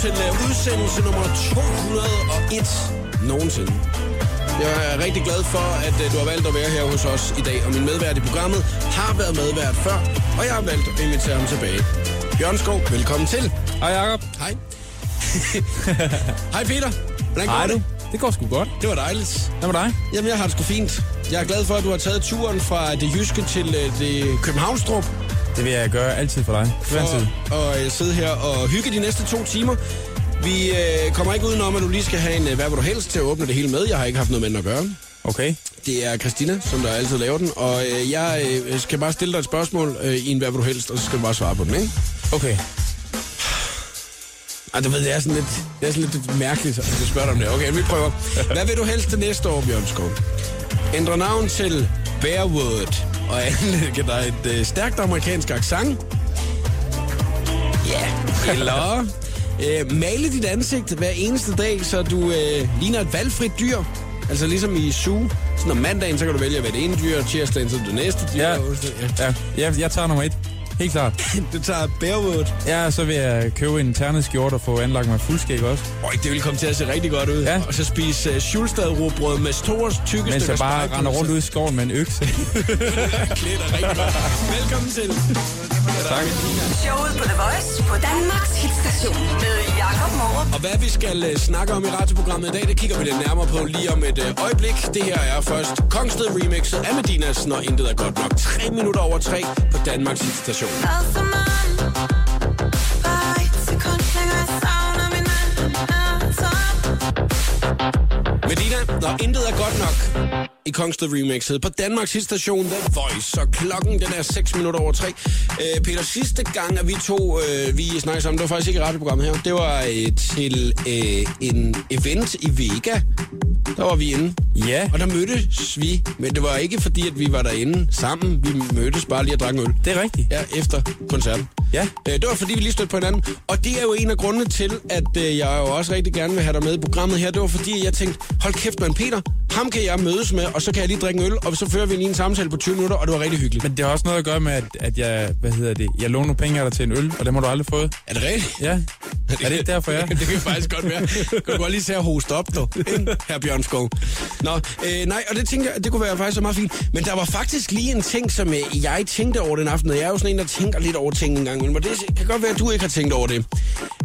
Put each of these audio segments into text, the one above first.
til øh, udsendelse nummer 201 nogensinde. Jeg er rigtig glad for, at øh, du har valgt at være her hos os i dag, og min medvært i programmet har været medvært før, og jeg har valgt at invitere ham tilbage. Bjørn Skov, velkommen til. Hej Jacob. Hej. Hej Peter. Hvordan går Hej det? du. Det går sgu godt. Det var dejligt. Hvad med dig? Jamen, jeg har det sgu fint. Jeg er glad for, at du har taget turen fra det jyske til øh, det københavnstrup. Det vil jeg gøre altid for dig. For... Altid. for at øh, sidde her og hygge de næste to timer. Vi øh, kommer ikke udenom, at du lige skal have en øh, hvad vil du helst til at åbne det hele med. Jeg har ikke haft noget med den at gøre. Okay. Det er Christina, som der altid laver den, og øh, jeg øh, skal bare stille dig et spørgsmål øh, i en hvad vil du helst, og så skal du bare svare på den, ikke? Okay. Ej, du ved, det er sådan lidt, det er sådan lidt mærkeligt, at du spørger dig om det. Okay, vi prøver. Hvad vil du helst til næste år, Bjørn Skov? Ændre navn til Bearwood, og anlægge dig et øh, stærkt amerikansk accent? Ja. Yeah. Eller øh, male dit ansigt hver eneste dag, så du øh, ligner et valgfrit dyr. Altså ligesom i zoo. Sådan om mandagen, så kan du vælge at være det ene dyr, og tirsdagen, så er du det næste dyr. Ja. og onsdag- ja. Ja, jeg, jeg tager nummer et. Helt klart. Du tager Bearwood. Ja, så vil jeg købe en ternet skjorte og få anlagt mig fuldskæg også. Øj, det ville komme til at se rigtig godt ud. Ja. Og så spise uh, Schulstad-rugbrød med store, tykke stykker Mens jeg bare spejepølse. render rundt ud i skoven med en økse. Klæder rigtig godt. Velkommen til. tak. Showet på The Voice på Danmarks hitstation med Jakob Morup. Og hvad vi skal uh, snakke om i radioprogrammet i dag, det kigger vi lidt nærmere på lige om et uh, øjeblik. Det her er først Kongsted remixet af Medinas, når intet er godt nok. 3 minutter over 3 på Danmarks station. Medina, når intet er godt nok i Kongsted Remixet på Danmarks hitstation The Voice. Så klokken den er 6 minutter over 3. Øh, Peter, sidste gang, at vi to øh, vi snakkede sammen, det var faktisk ikke i radioprogrammet her, det var øh, til øh, en event i Vega. Der var vi inde. Ja, Og der mødtes vi, men det var ikke fordi, at vi var derinde sammen. Vi mødtes bare lige og drak en øl. det er rigtigt. Ja, efter koncerten. Ja. Øh, Det var fordi, vi lige stødte på hinanden. Og det er jo en af grundene til, at øh, jeg jo også rigtig gerne vil have dig med i programmet her. Det var fordi, jeg tænkte, hold kæft, man Peter, ham kan jeg mødes med, og så kan jeg lige drikke en øl, og så fører vi lige en samtale på 20 minutter, og det var rigtig hyggeligt. Men det har også noget at gøre med, at, at jeg, hvad hedder det, jeg låner penge af dig til en øl, og det må du aldrig få. Er det rigtigt? Ja, er det ikke derfor, jeg det kan faktisk godt være. Du kan godt lige se at hoste op, du. Ikke, Hr. Bjørn Skov. Nå, øh, nej, og det tænker jeg, det kunne være faktisk så meget fint. Men der var faktisk lige en ting, som øh, jeg tænkte over den aften. Og jeg er jo sådan en, der tænker lidt over ting en gang imellem. Og det kan godt være, at du ikke har tænkt over det.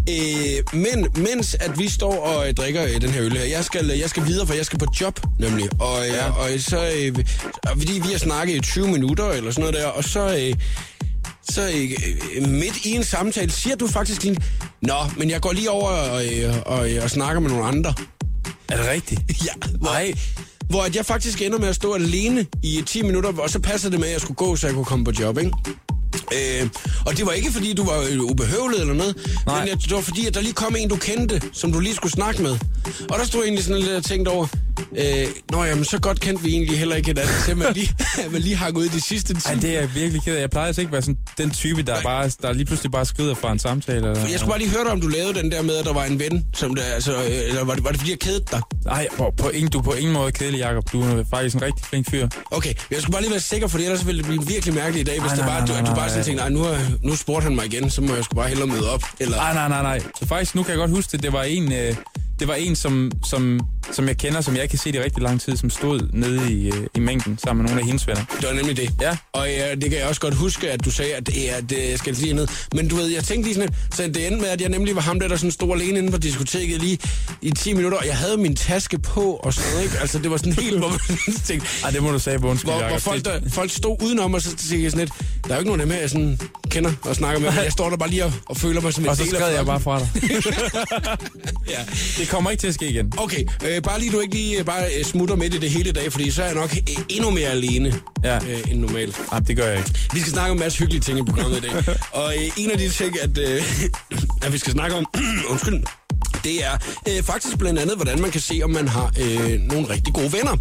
Øh, men mens at vi står og øh, drikker øh, den her øl her, jeg skal, øh, jeg skal videre, for jeg skal på job nemlig. Og, øh, ja. og øh, så, øh, og fordi vi har snakket i 20 minutter eller sådan noget der, og så... Øh, så øh, øh, midt i en samtale siger du faktisk lige, Nå, men jeg går lige over og, øh, og, øh, og snakker med nogle andre. Er det rigtigt? Ja, hvor, Nej. hvor at jeg faktisk ender med at stå alene i 10 minutter, og så passer det med, at jeg skulle gå, så jeg kunne komme på job, ikke? Øh, og det var ikke, fordi du var øh, ubehøvlet eller noget, Nej. men jeg, det var fordi, at der lige kom en, du kendte, som du lige skulle snakke med. Og der stod jeg egentlig sådan lidt og tænkte over, øh, nå jamen, så godt kendte vi egentlig heller ikke hinanden, til man lige, man lige hang ud i de sidste 10 Ej, det er jeg virkelig ked af. Jeg plejer altså ikke at være sådan den type, der, bare, der lige pludselig bare skrider fra en samtale. Eller... Jeg skulle bare lige høre dig, om du lavede den der med, at der var en ven, som der, altså, øh, eller var det, var det fordi, jeg kedede dig? Nej, på, på ingen, du er på ingen måde kedelig, Jacob. Du er faktisk en rigtig flink fyr. Okay, men jeg skulle bare lige være sikker, for ellers ville det blive virkelig mærkeligt i dag, hvis Ej, det nej, var, at du, nej, at du nej, bare sådan nej. tænkte, nej, nu, har- nu spurgte han mig igen, så må jeg sgu bare hellere møde op. Eller, Ah, Nej, nej, nej, nej. Så faktisk, nu kan jeg godt huske det. Det var en, øh, det var en som, som, som jeg kender, som jeg ikke har set i rigtig lang tid, som stod nede i, øh, i mængden sammen med nogle af hendes venner. det var nemlig det. Ja. Og ja, det kan jeg også godt huske, at du sagde, at det, er, det skal lige ned. Men du ved, jeg tænkte lige sådan, lidt, så det endte med, at jeg nemlig var ham der, der sådan stod alene inde på diskoteket lige i 10 minutter, og jeg havde min taske på og sådan noget, ikke? Altså, det var sådan helt, hvor man tænkte, Ej, Ah, det må du sige på undskyld, Hvor, Jacob. hvor folk, Det- der, folk stod udenom, og så tænkte jeg sådan lidt, der er jo ikke nogen af dem her, jeg sådan kender og snakker med. men Jeg står der bare lige og, og føler mig som en Og så del af skred jeg bare flokken. fra dig. Ja. Det kommer ikke til at ske igen. Okay, øh, bare lige du ikke lige øh, bare øh, smutter midt i det hele i dag, fordi så er jeg nok øh, endnu mere alene Ja. øh, end normalt. Nej, Ah, det gør jeg ikke. Vi skal snakke om en masse hyggelige ting i programmet i dag. Og øh, en af de ting, at, øh, at vi skal snakke om, undskyld, det er øh, faktisk blandt andet, hvordan man kan se, om man har øh, nogle rigtig gode venner.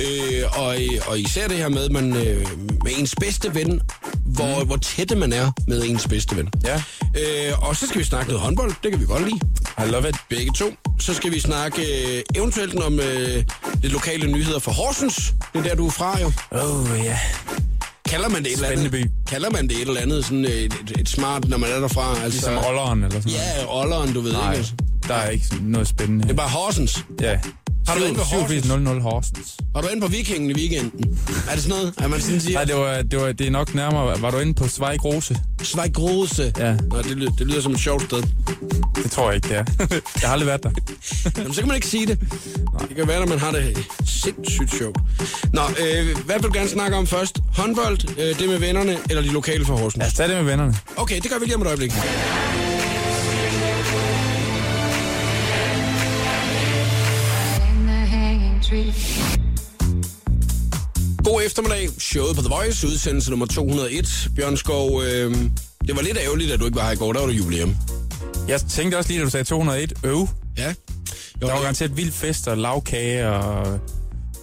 Øh, og, øh, og især det her med, at man, øh, med ens bedste ven, hvor, mm. hvor tætte man er med ens bedste ven. Ja. Øh, og så skal vi snakke noget håndbold, det kan vi godt lide I love it. begge to. Så skal vi snakke øh, eventuelt om øh, de lokale nyheder fra Horsens. Det er der, du er fra, jo. Oh, ja. Yeah. Kalder man det et eller andet? Spændende by. Kalder man det et eller andet, sådan et, et, et smart, når man er derfra? Altså, Ligesom Olleren eller sådan noget. Ja, olderen, du ved Nej, ikke. der er ikke sådan noget spændende. Det er bare Horsens. Ja. Har du været inde på Horsens? 8700 Horsens? Var du inde på Vikingen i weekenden? Er det sådan noget? Er man sådan siger, Nej, det, var, det, var, det er nok nærmere. Var du inde på Zweig Rose? Schweig Rose? Ja. Nå, det, lyder, det lyder som et sjovt sted. Det tror jeg ikke, det er. jeg har aldrig været der. Jamen, så kan man ikke sige det. Det kan være, at man har det sindssygt sjovt. Nå, øh, hvad vil du gerne snakke om først? Håndbold, øh, det med vennerne, eller de lokale fra Horsens? Lad os tage det med vennerne. Okay, det gør vi lige om et øjeblik. in the hanging tree. God eftermiddag. Showet på The Voice, udsendelse nummer 201. Bjørn Skov, øh, det var lidt ærgerligt, at du ikke var her i går. Der var det jubilæum. Jeg tænkte også lige, da du sagde 201, øv. Ja. Der var garanteret vild fest og lavkage og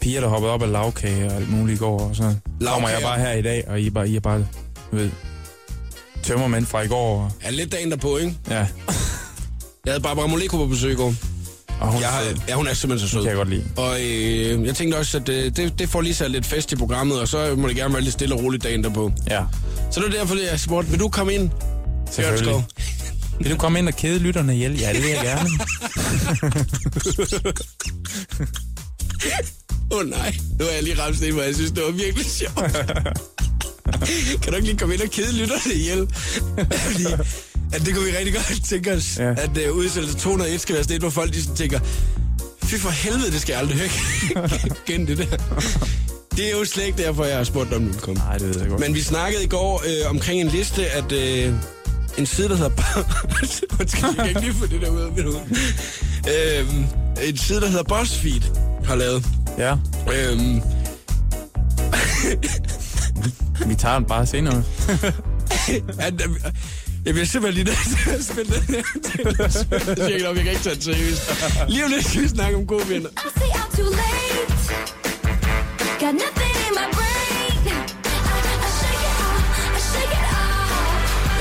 piger, der hoppede op af lavkage og alt muligt i går. Og så kommer Lagkager. jeg bare her i dag, og I er bare, I er bare du ved, tømmermænd fra i går. Og, Ja, lidt dagen derpå, ikke? ja, Jeg havde Barbara Moleko på besøg i går. og hun, Jeg, ja, har- ja, hun er simpelthen så sød. kan jeg godt lide. Og øh, jeg tænkte også, at øh, det, det får lige så lidt fest i programmet, og så må det gerne være lidt stille og roligt dagen derpå. Ja, Så det er derfor, jeg spurgte, vil du komme ind, Bjørn Skov? selvfølgelig. Vil du komme ind og kede lytterne ihjel? Ja, det vil jeg gerne. Åh oh, nej, nu har jeg lige ramt det, hvor jeg synes, det var virkelig sjovt. kan du ikke lige komme ind og kede lytterne ihjel? Fordi at det kunne vi rigtig godt tænke os, ja. Ja. at uh, udsendelse 201 skal være sådan et, hvor folk de sådan tænker, fy for helvede, det skal jeg aldrig høre igen det der. Det er jo slet ikke derfor, jeg har spurgt dig, om du vil komme. Nej, det ved jeg godt. Men vi snakkede i går øh, omkring en liste, at øh, en side, der hedder... Undskyld, jeg kan ikke lige få det der ud af mit hoved. Øhm, en side, der hedder BuzzFeed, har lavet. Ja, Øhm, vi tager den bare senere. at, øh, jeg bliver simpelthen lige nødt til at spille den her til. Jeg siger ikke, nok, jeg kan ikke tage det seriøst. Lige om lidt skal vi snakke om gode venner. I say I'm too late. Got nothing in my brain. I, I shake it off, I shake it off.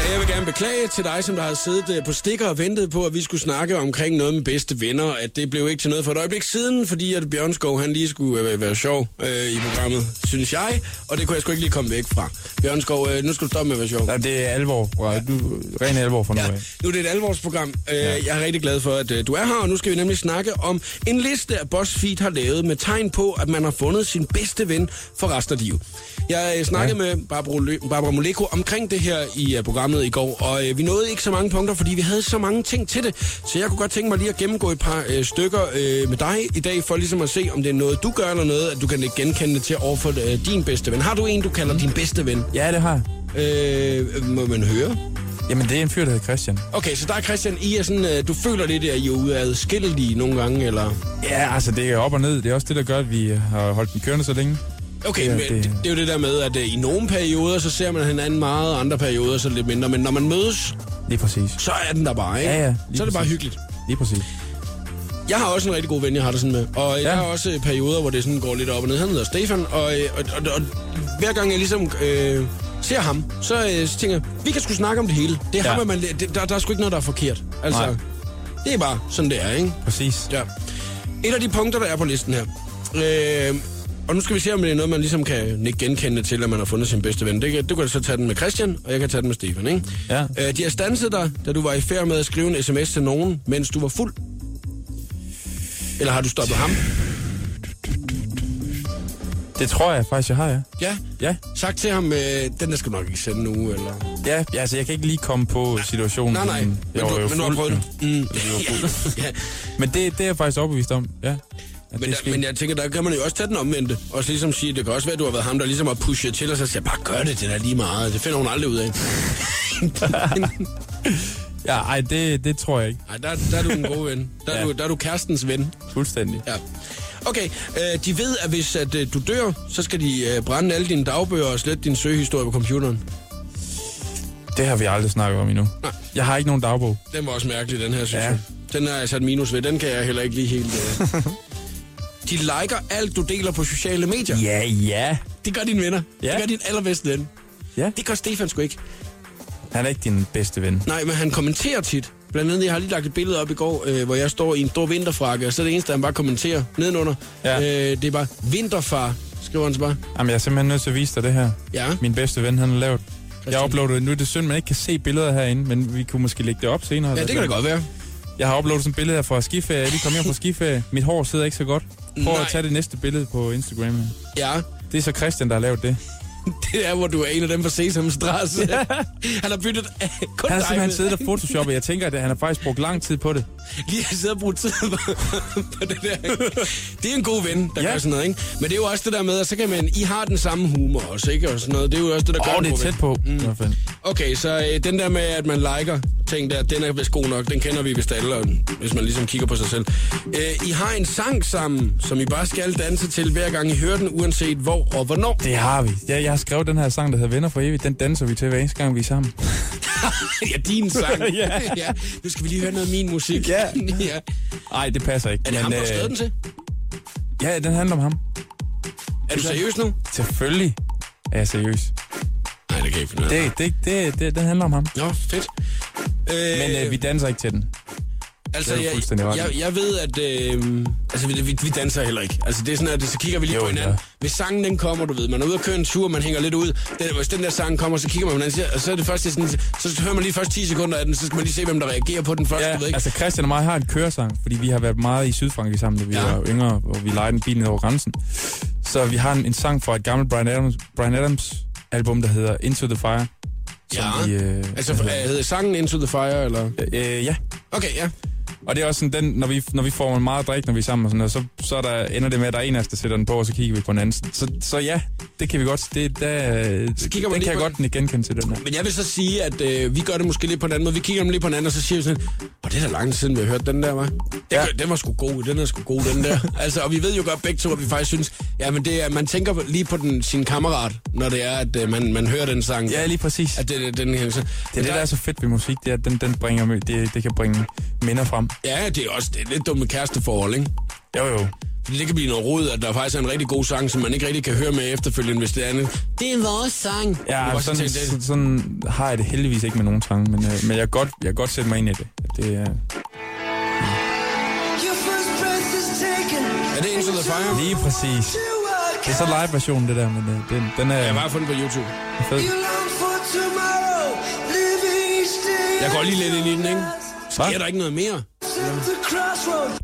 Ja, Jeg vil gerne beklage til dig, som der har siddet øh, på stikker og ventet på, at vi skulle snakke omkring noget med bedste venner, at det blev ikke til noget for et øjeblik siden, fordi at Bjørnskov, han lige skulle øh, være sjov øh, i programmet, synes jeg, og det kunne jeg sgu ikke lige komme væk fra. Bjørnskov, øh, nu skal du stoppe med at være sjov. Nej, det er alvor. Bra. Du, ren alvor for nu Ja, af. nu er det et alvorsprogram. Øh, Jeg er rigtig glad for, at øh, du er her, og nu skal vi nemlig snakke om en liste, at BuzzFeed har lavet med tegn på, at man har fundet sin bedste ven for resten af livet. Jeg øh, snakkede ja. med Barbara, Lø- Barbara Moleko omkring det her i øh, programmet i går, og øh, vi nåede ikke så mange punkter, fordi vi havde så mange ting til det, så jeg kunne godt tænke mig lige at gennemgå et par øh, stykker øh, med dig i dag, for ligesom at se, om det er noget, du gør eller noget, at du kan genkende det til overfor øh, din bedste ven. Har du en, du kalder din bedste ven? Ja, det har jeg. Øh, må man høre? Jamen, det er en fyr, der hedder Christian. Okay, så der er Christian, I er sådan, øh, du føler lidt, at I er ude af skillelige nogle gange, eller? Ja, altså, det er op og ned. Det er også det, der gør, at vi har holdt den kørende så længe. Okay, Ja, ja, det... Men, det- det, det er jo det der med, at øh, i nogle perioder, så ser man hinanden meget, og andre perioder, så lidt mindre. Men når man mødes, Lige præcis. så er den der bare, ikke? Ja, ja, lige Så er det bare præcis. hyggeligt. Lige præcis. Jeg har også en rigtig god ven, jeg har det sådan med. Og ja. Ja. jeg har også øh, perioder, hvor det sådan går lidt op og ned. Han hedder Stefan, og, øh, og, og, og hver gang jeg ligesom øh, ser ham, så, øh, så tænker jeg, vi kan sgu snakke om det hele. Det er ja. Ja. ham, at man, det, der, der er sgu ikke noget, der er forkert. Altså, Nej. Nej. det er bare sådan, det er, ikke? Præcis. Ja. Et af de punkter, der er på listen her. Øh, og nu skal vi se, om det er noget, man ligesom kan nikke genkende til, at man har fundet sin bedste ven. Det kan, du kan så tage den med Christian, og jeg kan tage den med Stefan, ikke? Ja. Øh, de har stanset dig, da du var i færd med at skrive en sms til nogen, mens du var fuld. Eller har du stoppet ham? Det tror jeg faktisk, jeg har, ja. Ja. Ja, Sagt til ham, øh, den der skal du nok ikke sende nu, eller... ja, ja altså, jeg kan ikke lige komme på situationen. Nej, nej. men Men Jeg var du, jo men du har fuld, prøvet det. jo. Mm. ja. Men det, det er jeg faktisk overbevist om, ja. At Men, det der, sker. men jeg tænker, der kan man jo også tage den omvendte. Og så ligesom sige, det kan også være, at du har været ham, der ligesom har pushet til, og så siger, bare gør det, det er lige meget. Det finder hun aldrig ud af. Ja, ej, det, det tror jeg ikke. Nej, der, der er du en god ven. Der er, ja. Ja. du, der er du kærestens ven. Fuldstændig. Ja. Okay, øh, de ved, at hvis at, øh, du dør, så skal de øh, brænde alle dine dagbøger og slette din søgehistorie på computeren. Det har vi aldrig snakket om endnu. Nej. Jeg har ikke nogen dagbog. Den var også mærkelig, den her, synes ja. Ja. jeg. Den har jeg sat minus ved. Den kan jeg heller ikke lige helt... Øh. De liker alt, du deler på sociale medier. Ja, ja. Det gør dine venner. Ja. Det gør din allerbedste ven. Ja, Det gør Stefan sgu ikke. han er ikke din bedste ven. Nej, men han kommenterer tit. Blandt andet, jeg har lige lagt et billede op i går, øh, hvor jeg står i en stor vinterfrakke, og så er det eneste, han bare kommenterer nedenunder. Ja. Øh, det er bare vinterfar, skriver han så bare. Jamen, jeg er simpelthen nødt til at vise dig det her. Ja. Min bedste ven, han har lavet. Jeg Christian. uploadede, nu er det synd, man ikke kan se billeder herinde, men vi kunne måske lægge det op senere. Ja, eller det kan sådan. det godt være. Jeg har uploadet sådan et billede her fra skiferie. Jeg er lige kom hjem fra skiferie. Mit hår sidder ikke så godt. Prøv Nej. at tage det næste billede på Instagram. her. Ja, Det er så Christian, der har lavet det. det er, hvor du er en af dem fra Sesam Strasse. Ja. Han har byttet øh, kun Han har dig simpelthen med. siddet og photoshoppet. Jeg tænker, at han har faktisk brugt lang tid på det. lige at sidde og bruge tid på, på det der. Det er en god ven, der ja. Ja. gør sådan noget, ikke? Men det er jo også det der med, at så kan man... I har den samme humor også, ikke? Og sådan noget. Det er jo også det, der gør Åh, en det er god ven. tæt på. Mm. I hvert fald. Okay, så øh, den der med, at man liker ting der, den er vist god nok. Den kender vi vist alle, og hvis man ligesom kigger på sig selv. Øh, I har en sang sammen, som I bare skal danse til, hver gang I hører den, uanset hvor og hvornår. Det har vi. Jeg, jeg har skrevet den her sang, der hedder Venner for evigt. Den danser vi til hver eneste gang, vi er sammen. ja, din sang. Ja. ja. Nu skal vi lige høre noget af min musik. Ja. ja. Nej, det passer ikke. Er det Men, øh, ham, der har skrevet den til? Ja, den handler om ham. Er du seriøs nu? Selvfølgelig er jeg seriøs. Nej, det kan jeg ikke finde ud af. Det, det, det, det, den handler om ham. Nå, fedt. Øh, Men øh, vi danser ikke til den. Altså, Det er du jeg, fuldstændig ret i. jeg, jeg ved, at øh, altså, vi, vi, vi danser heller ikke. Altså, det er sådan, at så kigger vi lige jo, Jo, på hinanden. Ja. ja. Hvis sangen den kommer, du ved, man er ude og køre en tur, man hænger lidt ud. Den, hvis den der sang kommer, så kigger man på hinanden, siger- og så er det først det er sådan, så hører man lige først 10 sekunder af den, så skal man lige se, hvem der reagerer på den først, Ja, du ved ikke? altså Christian og mig har en køresang, fordi vi har været meget i Sydfrankrig sammen, da vi Ja. ja. var yngre, hvor vi lejede en bil ned over grænsen. Så vi har en, en sang fra et gammelt Brian Adams, Brian Adams album, der hedder Into the Fire. ja. vi, øh, altså, hvad øh, hedder hedder sangen Into the Fire, eller? Øh, ja, Okay, ja. og det er også sådan den, når vi, når vi får meget drik, når vi er sammen og sådan noget, så, så er der, ender det med, at der er en af os, der sætter den på, og så kigger vi på den anden. Så, så ja, det kan vi godt. Det, der, så kigger man den lige kan jeg på godt genkende til den her. Men jeg vil så sige, at øh, vi gør det måske lidt på en anden måde. Vi kigger dem lige på hinanden, og så siger vi sådan, og det er da lang tid siden, vi har hørt den der, var. Ja. Ja. Den var sgu god, den er sgu god, den der. altså, og vi ved jo godt begge to, at vi faktisk synes, ja, men det er, man tænker lige på den, sin kammerat, når det er, at øh, man, man hører den sang. Ja, lige præcis. At det, det, den, den, så, Det er det, der er så fedt ved musik, det er, at den, den bringer, det, det kan bringe minder frem. Ja, det er også det er lidt dumme kæresteforhold, ikke? Jo, jo. Fordi det kan blive noget rod, at der faktisk er en rigtig god sang, som man ikke rigtig kan høre med efterfølgende, hvis det er andet. Det er vores sang. Du Ja, altså, kan også sådan, tænke, det- sådan, sådan har jeg det heldigvis ikke med nogen sange, men, øh, men jeg, kan godt, jeg kan godt sætte mig ind i det. det øh, Er det Into the Fire? lige præcis. Det er så live-versionen, det der, men øh, den, den er Jeg ja, har fundet på YouTube. fed. Jeg går lige lidt ind i den, ikke? Hva? Sker der ikke noget mere?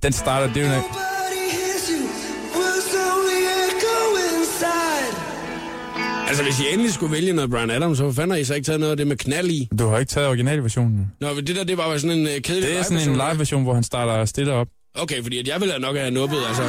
Den starter, det er jo en- Altså, hvis I endelig skulle vælge noget Brian Adams, så fanden har I så ikke taget noget af det med knald i? Du har ikke taget originalversionen. Nå, men det der, det var jo sådan en øh, kedelig Det er sådan en live-version. live-version, hvor han starter stille op. Okay, fordi at jeg ville nok have nuppet, altså.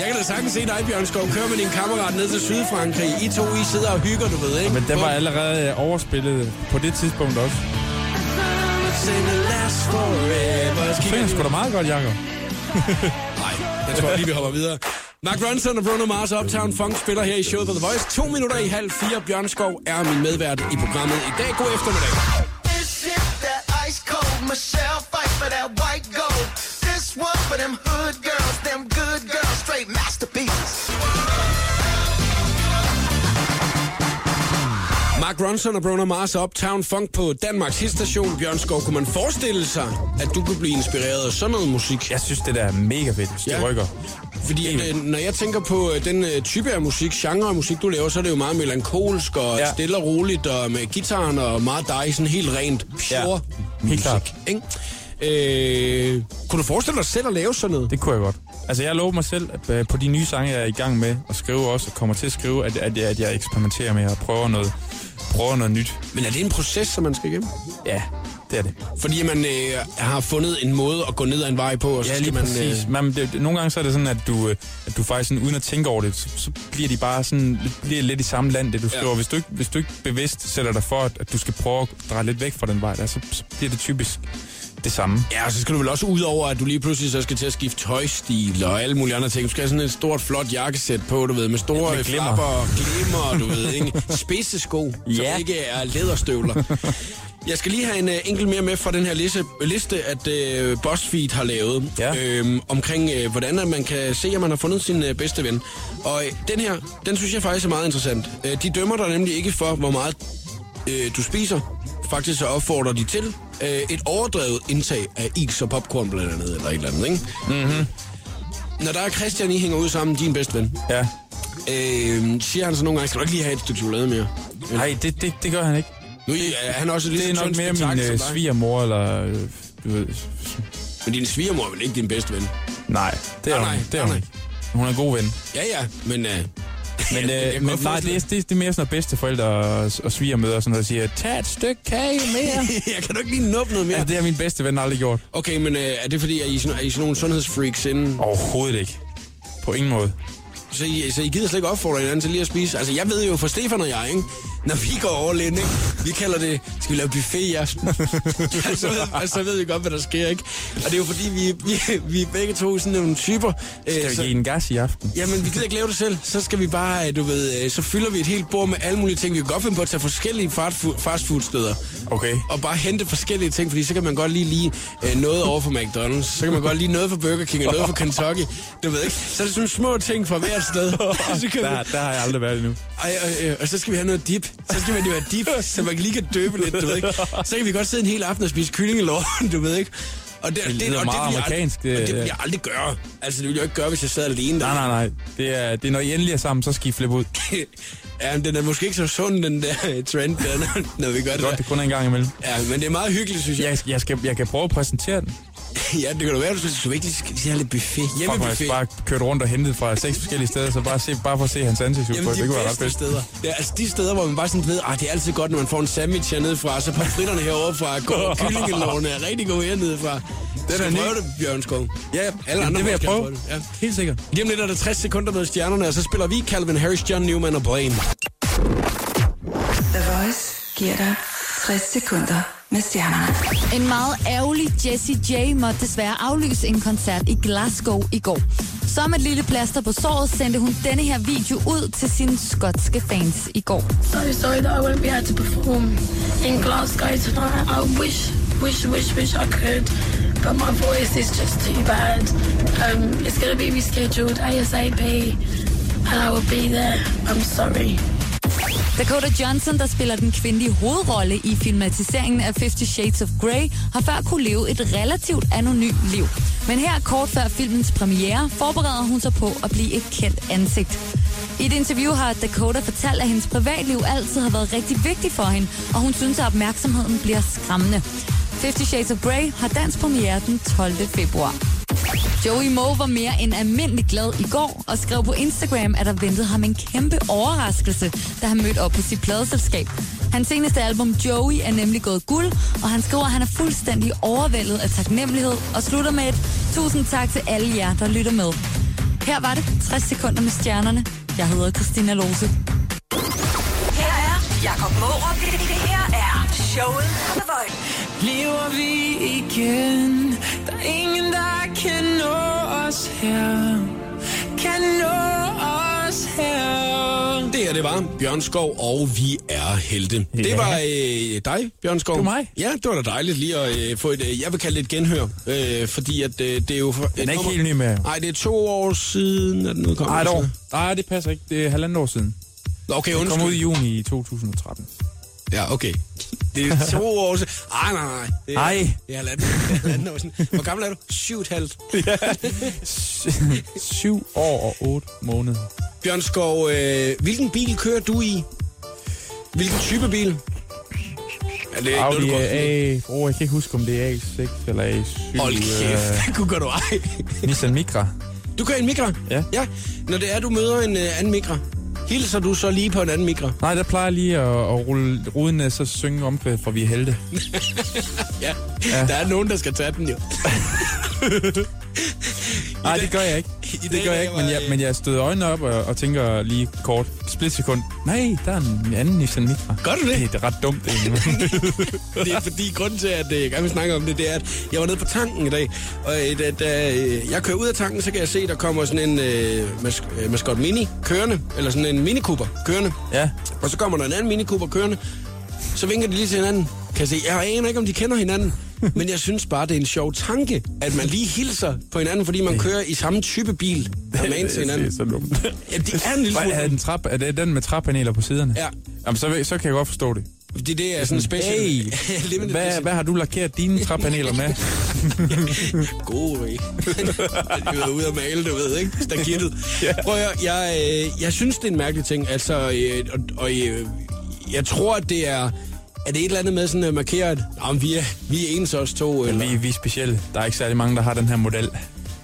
Jeg kan da sagtens se dig, Bjørn Skov, køre med din kammerat ned til Sydfrankrig. I to, I sidder og hygger, du ved, ikke? Men den var Bum. allerede øh, overspillet på det tidspunkt også. Send it last forever. Så Det kigger er de- sgu da meget godt, Jacob. Nej, jeg tror lige, vi hopper videre. Mark Ronson og Bruno Mars og Uptown Funk spiller her i showet på The Voice. To minutter i halv fire. Bjørn Skov er min medvært i programmet i dag. God eftermiddag. This shit that ice cold. Michelle fight for that white gold. This one for them hood girls, them good girls, straight masterpieces. Mark Ronson og Bruno Mars og Uptown Funk på Danmarks hitstation. Bjørn Skov, kunne man forestille sig, at du kunne blive inspireret af sådan noget musik? Jeg synes, det der er mega fedt. hvis Det Ja. rykker. Fordi at, øh, når jeg tænker på øh, den øh, type af musik, genre af musik, du laver, så er det jo meget melankolsk og ja. Ja. stille og roligt, og med gitaren og meget dig, sådan helt rent pure helt musik. klart. Ikke? Øh, kunne du forestille dig selv at lave sådan noget? Det kunne jeg godt. Altså, jeg lover mig selv, at øh, på de nye sange, jeg er i gang med at skrive også, og kommer til at skrive, at, at, jeg- at jeg eksperimenterer med og prøver noget, prøver noget nyt. Men er det en proces, som man skal igennem? Ja, det er det. Fordi man øh, har fundet en måde at gå ned ad en vej på, og så Ja, skal lige man... præcis. Øh, Øh... Man, det, det- nogle gange så er det sådan, at du, øh, at du faktisk sådan, uden at tænke over det, så, så bliver de bare sådan, lidt- bliver lidt i samme land, det du Ja. skriver. Hvis du, ikke, hvis du ikke bevidst sætter dig for, at, at du skal prøve at dreje lidt væk fra den vej der, så, så bliver det typisk det samme. Ja, og så skal du vel også ud over, at du lige pludselig så skal til at skifte tøjstil og alle mulige andre ting. Du skal have sådan et stort, flot jakkesæt på, du ved, med store Med med glimmer. flapper og glimmer, du ved, ikke? Spidse sko, Ja. som ikke er læderstøvler. Jeg skal lige have en uh, enkelt mere med fra den her liste, liste at uh, BuzzFeed har lavet, Ja. øhm, omkring uh, hvordan at man kan se, at man har fundet sin uh, bedste ven. Og uh, den her, den synes jeg faktisk er meget interessant. Uh, de dømmer dig nemlig ikke for, hvor meget øh, du spiser, faktisk så opfordrer de til Mhm. øh, et overdrevet indtag af is og popcorn blandt andet, eller et eller andet, ikke? Mm-hmm. Når der er Christian, I hænger ud sammen, din bedste ven, Ja. øh, siger han så nogle gange, skal du ikke lige have et stykke chokolade mere? Nej, det, det, det gør han ikke. Nu er I- er han også lidt Det er nok mere min øh, svigermor, eller... øh, Du ved, Men din svigermor er vel ikke din bedste ven? nej, det er Nej, hun, nej, ikke. det nej, er hun nej. ikke. Hun er en god ven. Ja, ja, men... Øh, Men, jeg kan øh, men godt nej, forestille det, er- det, er- det er mere sådan, at bedsteforældre og, og svigermøder, sådan, der siger, tag et stykke kage mere. mig- jeg kan da ikke lige nuppe noget mere. altså, det har min bedste ven aldrig gjort. Okay, men øh, er det fordi, at I er sådan, er I sådan nogle sundhedsfreaks inden? Overhovedet ikke. På ingen måde. Så I, så I gider slet ikke opfordre hinanden til lige at spise? Altså, jeg ved jo fra Stefan og jeg, ikke? Når vi går over lidt, ikke? Vi kalder det, skal vi lave buffet i aften? så, ved, og så ved vi godt, hvad der sker, ikke? Og det er jo fordi, vi, vi, vi er begge to sådan nogle typer. øh, Skal vi så- give en gas i aften? Jamen, vi gider ikke lave det selv. Så skal vi bare, øh, du ved, øh, så fylder vi et helt bord med alle mulige ting. Vi kan godt finde på at tage forskellige fastfood- fastfoodsteder. Okay. Og bare hente forskellige ting, fordi så kan man godt lige lige øh, noget over for McDonald's. Så kan man godt lige noget for Burger King og noget for Kentucky. Du ved ikke? Så er det sådan små ting fra hvert sted. så kan Der, vi, der har jeg aldrig været endnu. ej, øh, øh, og så skal vi have noget dip. Så skal man jo have dip, så man lige kan døbe lidt, du ved ikke? Så kan vi godt sidde en hel aften og spise kyllingelår, du ved ikke? Og det, det, lyder og det, vil meget jeg aldrig- amerikansk, det- og det vil jeg aldrig gøre. Altså, det ville jeg ikke gøre, hvis jeg sad alene der. Nej, nej, nej. Det er, det er, når I endelig er sammen, så skal I flippe ud. ja, men den er måske ikke så sund, den der trend, der, når- når vi gør det Godt, der. det kun er en gang imellem. Ja, men det er meget hyggeligt, synes jeg. Jeg, jeg, skal, jeg kan prøve at præsentere den. Ja, det kan da være, du skal, skal vi ikke lige skal, skal have lidt buffet. Fuck, man, Hjemmebuffet. bare kørt rundt og hentet fra seks forskellige steder, så bare, se, bare for at se hans Jamen, ansigtsudtryk. de Det kunne være ret bedste fedt. steder. Ja, altså de steder, hvor man bare sådan ved, at det er altid godt, når man får en sandwich hernede fra, så pomfritterne herovre fra, og kyllingelårene er rigtig gode hernede fra. Det er ny. prøve det, Bjørn Skov. Ja, Alle jamen, andre det må også vil jeg gerne prøve. prøve det, Helt sikkert. Lige om lidt er der 60 sekunder med stjernerne, og så spiller vi Calvin Harris, John Newman og Blaine. The Voice giver dig 60 sekunder med stjernerne. En meget ærgerlig Jessie J måtte desværre aflyse en koncert i Glasgow i går. Som et lille plaster på såret sendte hun denne her video ud til sine skotske fans i går. so sorry that I won't be able to perform in Glasgow tonight. I wish, wish, wish, wish I could, but my voice is just too bad. Um, it's going to be rescheduled ASAP, and I will be there. I'm sorry. Dakota Johnson, der spiller den kvindelige hovedrolle i filmatiseringen af Fifty Shades of Grey, har før kunne leve et relativt anonymt liv. Men her kort før filmens premiere forbereder hun sig på at blive et kendt ansigt. I et interview har Dakota fortalt, at hendes privatliv altid har været rigtig vigtigt for hende, og hun synes, at opmærksomheden bliver skræmmende. Fifty Shades of Grey har dansk premiere den 12. februar. Joey Moe var mere end almindelig glad i går og skrev på Instagram, at der ventede ham en kæmpe overraskelse, da han mødte op på sit pladeselskab. Hans seneste album, Joey, er nemlig gået guld, og han skriver, at han er fuldstændig overvældet af taknemmelighed og slutter med et tusind tak til alle jer, der lytter med. Her var det 60 sekunder med stjernerne. Jeg hedder Christina Lose. Her er Jakob Morup. Det, det her er showet på The Voice. Lever vi igen Der er ingen, der kan nå os her Kan nå os her Det her, det var Bjørn Skov, og vi er helte. Ja. Det var øh, dig, Bjørn Skov. Det var mig. Ja, det var da dejligt lige at øh, få et, øh, jeg vil kalde det et genhør, øh, fordi at øh, det er jo... For, er ikke helt ny med. Nej, det er to år siden, at den udkom. Nej, dog. altså. Nej, det passer ikke. Det er halvandet år siden. Nå, Okay, Det kom undskyld. ud i juni i 2013. Ja, okay. Det er to år siden. Ej, nej, nej. Det er, Ej. Det er halvanden, halvanden år siden. Hvor gammel er du? Syv og et halvt. Syv år og otte måneder. Bjørn Skov, øh, hvilken bil kører du i? Hvilken type bil? Ja, det er ikke Audi noget, du går... A... Åh, jeg kan ikke huske, om det er A6 eller A7. Hold øh, kæft, kunne gør du ej. Nissan Micra. Du kører en Mikra? Ja. ja. Når det er, du møder en øh, anden Mikra, hilser du så lige på en anden Mikra? Nej, der plejer jeg lige at, at rulle ruden af, så synge omkvædet, for vi er helte. Ja. ja. Der er nogen, der skal tage den jo. Nej, det gør jeg ikke. I dag Det gør jeg der ikke, var, men jeg, øh, men jeg støder øjnene op og, og tænker lige kort. Splitsekund. Nej, der er en anden Nissan Micra. Gør du det? Det er ret dumt, egentlig. Det er fordi, grunden til, at øh, jeg gerne vil snakke om det, det er, at jeg var nede på tanken i dag, og øh, da, da øh, jeg kører ud af tanken, så kan jeg se, der kommer sådan en øh, mas- øh, Mascot Mini kørende, eller sådan en Mini Cooper kørende, ja. og så kommer der en anden Mini Cooper kørende, så vinker de lige til hinanden. Kan jeg se, jeg aner ikke, om de kender hinanden, men jeg synes bare, det er en sjov tanke, at man lige hilser på hinanden, fordi man kører i samme type bil, og man til hinanden. Det er så dumt. Ja, det er en lille Var, er, smule... den trap, er det den med træpaneler på siderne? Ja. Jamen, så, ved- så kan jeg godt forstå det. Det, det er sådan special. Hey, Limited hvad, edition. hvad har du lakeret dine træpaneler med? God, ikke? Du er ude at male, du ved, ikke? Stakittet. Prøv at høre, jeg, øh, jeg synes, det er en mærkelig ting. Altså, øh, og, og øh, jeg tror, at det er... Er det et eller andet med sådan at markere, at "Nå, men vi, er, vi er ens os to? Eller? vi, vi er specielle. Der er ikke særlig mange, der har den her model.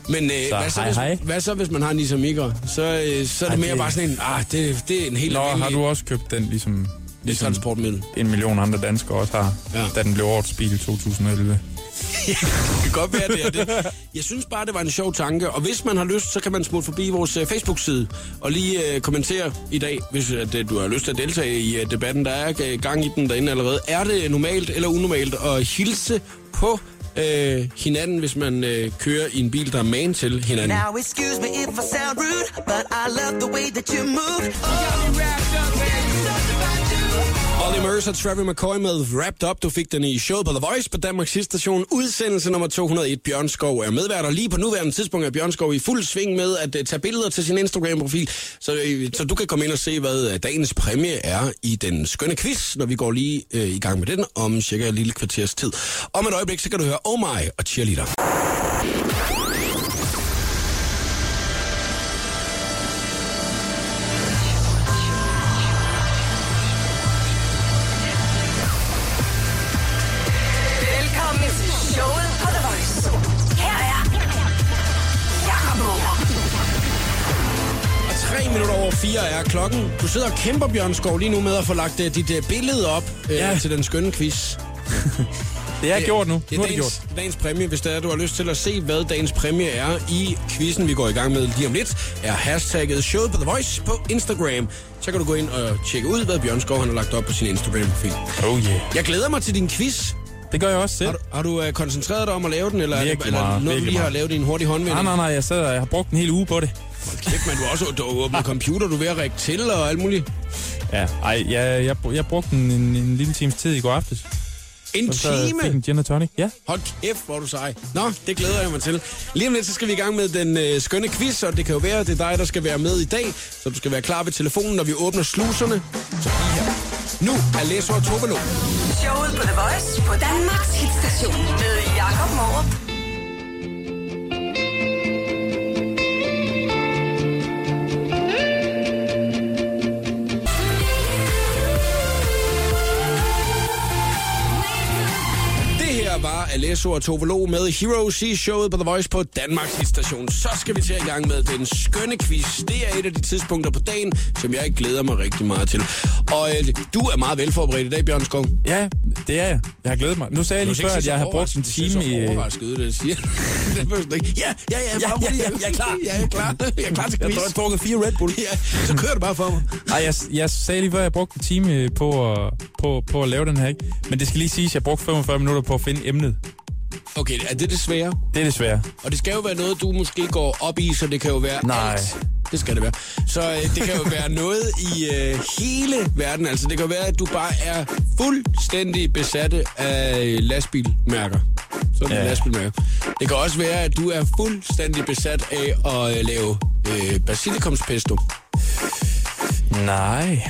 Men øh, Så hvad, så, hej, hvis, hej. hvad så, hvis man har en Nissan Micra? Så, øh, så er Ej, det mere det- bare sådan en, ah, det, det er en helt Nå, har almindelig du også købt den, ligesom, ligesom transportmiddel. en million andre danskere også har, Ja. ja. da den blev årets bil i 2011? Det kan godt være, det er det. Jeg synes bare, det var en sjov tanke. Og hvis man har lyst, så kan man smutte forbi vores øh, Facebook-side og lige øh, kommentere i dag, hvis at, øh, du har lyst til at deltage i øh, debatten. Der er øh, gang i den derinde allerede. Er det normalt eller unormalt at hilse på øh, hinanden, hvis man øh, kører i en bil, der er man til hinanden? Now, excuse me if I sound rude, but I love the way that you move. Olly Murs og Travis McCoy med Wrapped Up. Du fik den i showet på The Voice på Danmarks station. Udsendelse nummer 201. Bjørn Skov er medvært, og lige på nuværende tidspunkt er Bjørn Skov i fuld sving med at øh, tage billeder til sin Instagram-profil, så, øh, så du kan komme ind og se, hvad øh, dagens præmie er i den skønne quiz, når vi går lige øh, i gang med den om cirka et lille kvarters tid. Om et øjeblik, så kan du høre Oh My og Cheerleader. Velkommen til showet på The Voice. Her er Jakob Morup. Og tre minutter over fire er klokken. Du sidder og kæmper, Bjørn Skov, lige nu med at få lagt øh, dit øh, billede op øh, ja. Ja. til den skønne quiz. Det er gjort nu. Det er nu er det dagens, gjort. det dagens præmie. Hvis der er, du har lyst til at se, hvad dagens præmie er i quizzen, vi går i gang med lige om lidt, er hashtagget showet på The Voice på Instagram. Så kan du gå ind og tjekke ud, hvad Bjørn Skov han har lagt op på sin Instagram-profil. Oh yeah. Jeg glæder mig til din quiz. Det gør jeg også selv. Har du, har du øh, koncentreret dig om at lave den, eller, er det, Virkelig eller meget, noget, du virkelig lige har meget. lavet i en hurtig håndvending? Nej, nej, nej, jeg sad og jeg har brugt en hel uge på det. Kæft, men du har også du har åbnet computer, du er ved at række til og alt muligt. Ja, ej, jeg, jeg, jeg brugte en, en, en lille times tid i går aftes. En Og så time! fik en gin og tonic. Ja. Hold kæft, hvor er du sej. Nå, det glæder jeg mig til. Lige om lidt, så skal vi i gang med den øh, skønne quiz, og det kan jo være, at det er dig, der skal være med i dag. Så du skal være klar ved telefonen, når vi åbner sluserne. Så lige her. Nu er Læsor og Tobelo. Showet på The Voice på Danmarks hitstation med Jakob Morup. Det her var Alesso og Tovolo med Heroes i showet på The Voice på Danmarks station. Så skal vi til i gang med den skønne quiz. Det er et af de tidspunkter på dagen, som jeg glæder mig rigtig meget til. Og øh, du er meget velforberedt i dag, Bjørn Skov. Ja, det er jeg. Jeg har glædet mig. Nu sagde jeg lige Du ser før, ikke at så jeg har brugt en overrasket- du ser time så i... overrasket ud, da jeg siger. det behøver du ikke. Ja, ja, ja, Ja, bare ja, rolig. ja, jeg er klar. Ja, jeg er klar. Jeg er klar til Jeg quiz. tror, jeg har drukket fire Red Bull. Ja, så kører du bare for mig. Ej, jeg, jeg sagde lige før, at jeg brugte en time på at, på, på at lave den her, ikke? Men det skal lige siges, at jeg brugte 45 minutter på at finde emnet. Okay, er det det svære? Det er det svære. Og det skal jo være noget, du måske går op i, så det kan jo være Nej. alt. Det skal det være. Så øh, det kan jo være noget i øh, hele verden. Altså, det kan jo være, at du bare er fuldstændig besatte af lastbilmærker. Sådan ja. Ja. lastbilmærker. Det kan også være, at du er fuldstændig besat af at øh, lave øh, basilikumspesto. Nej.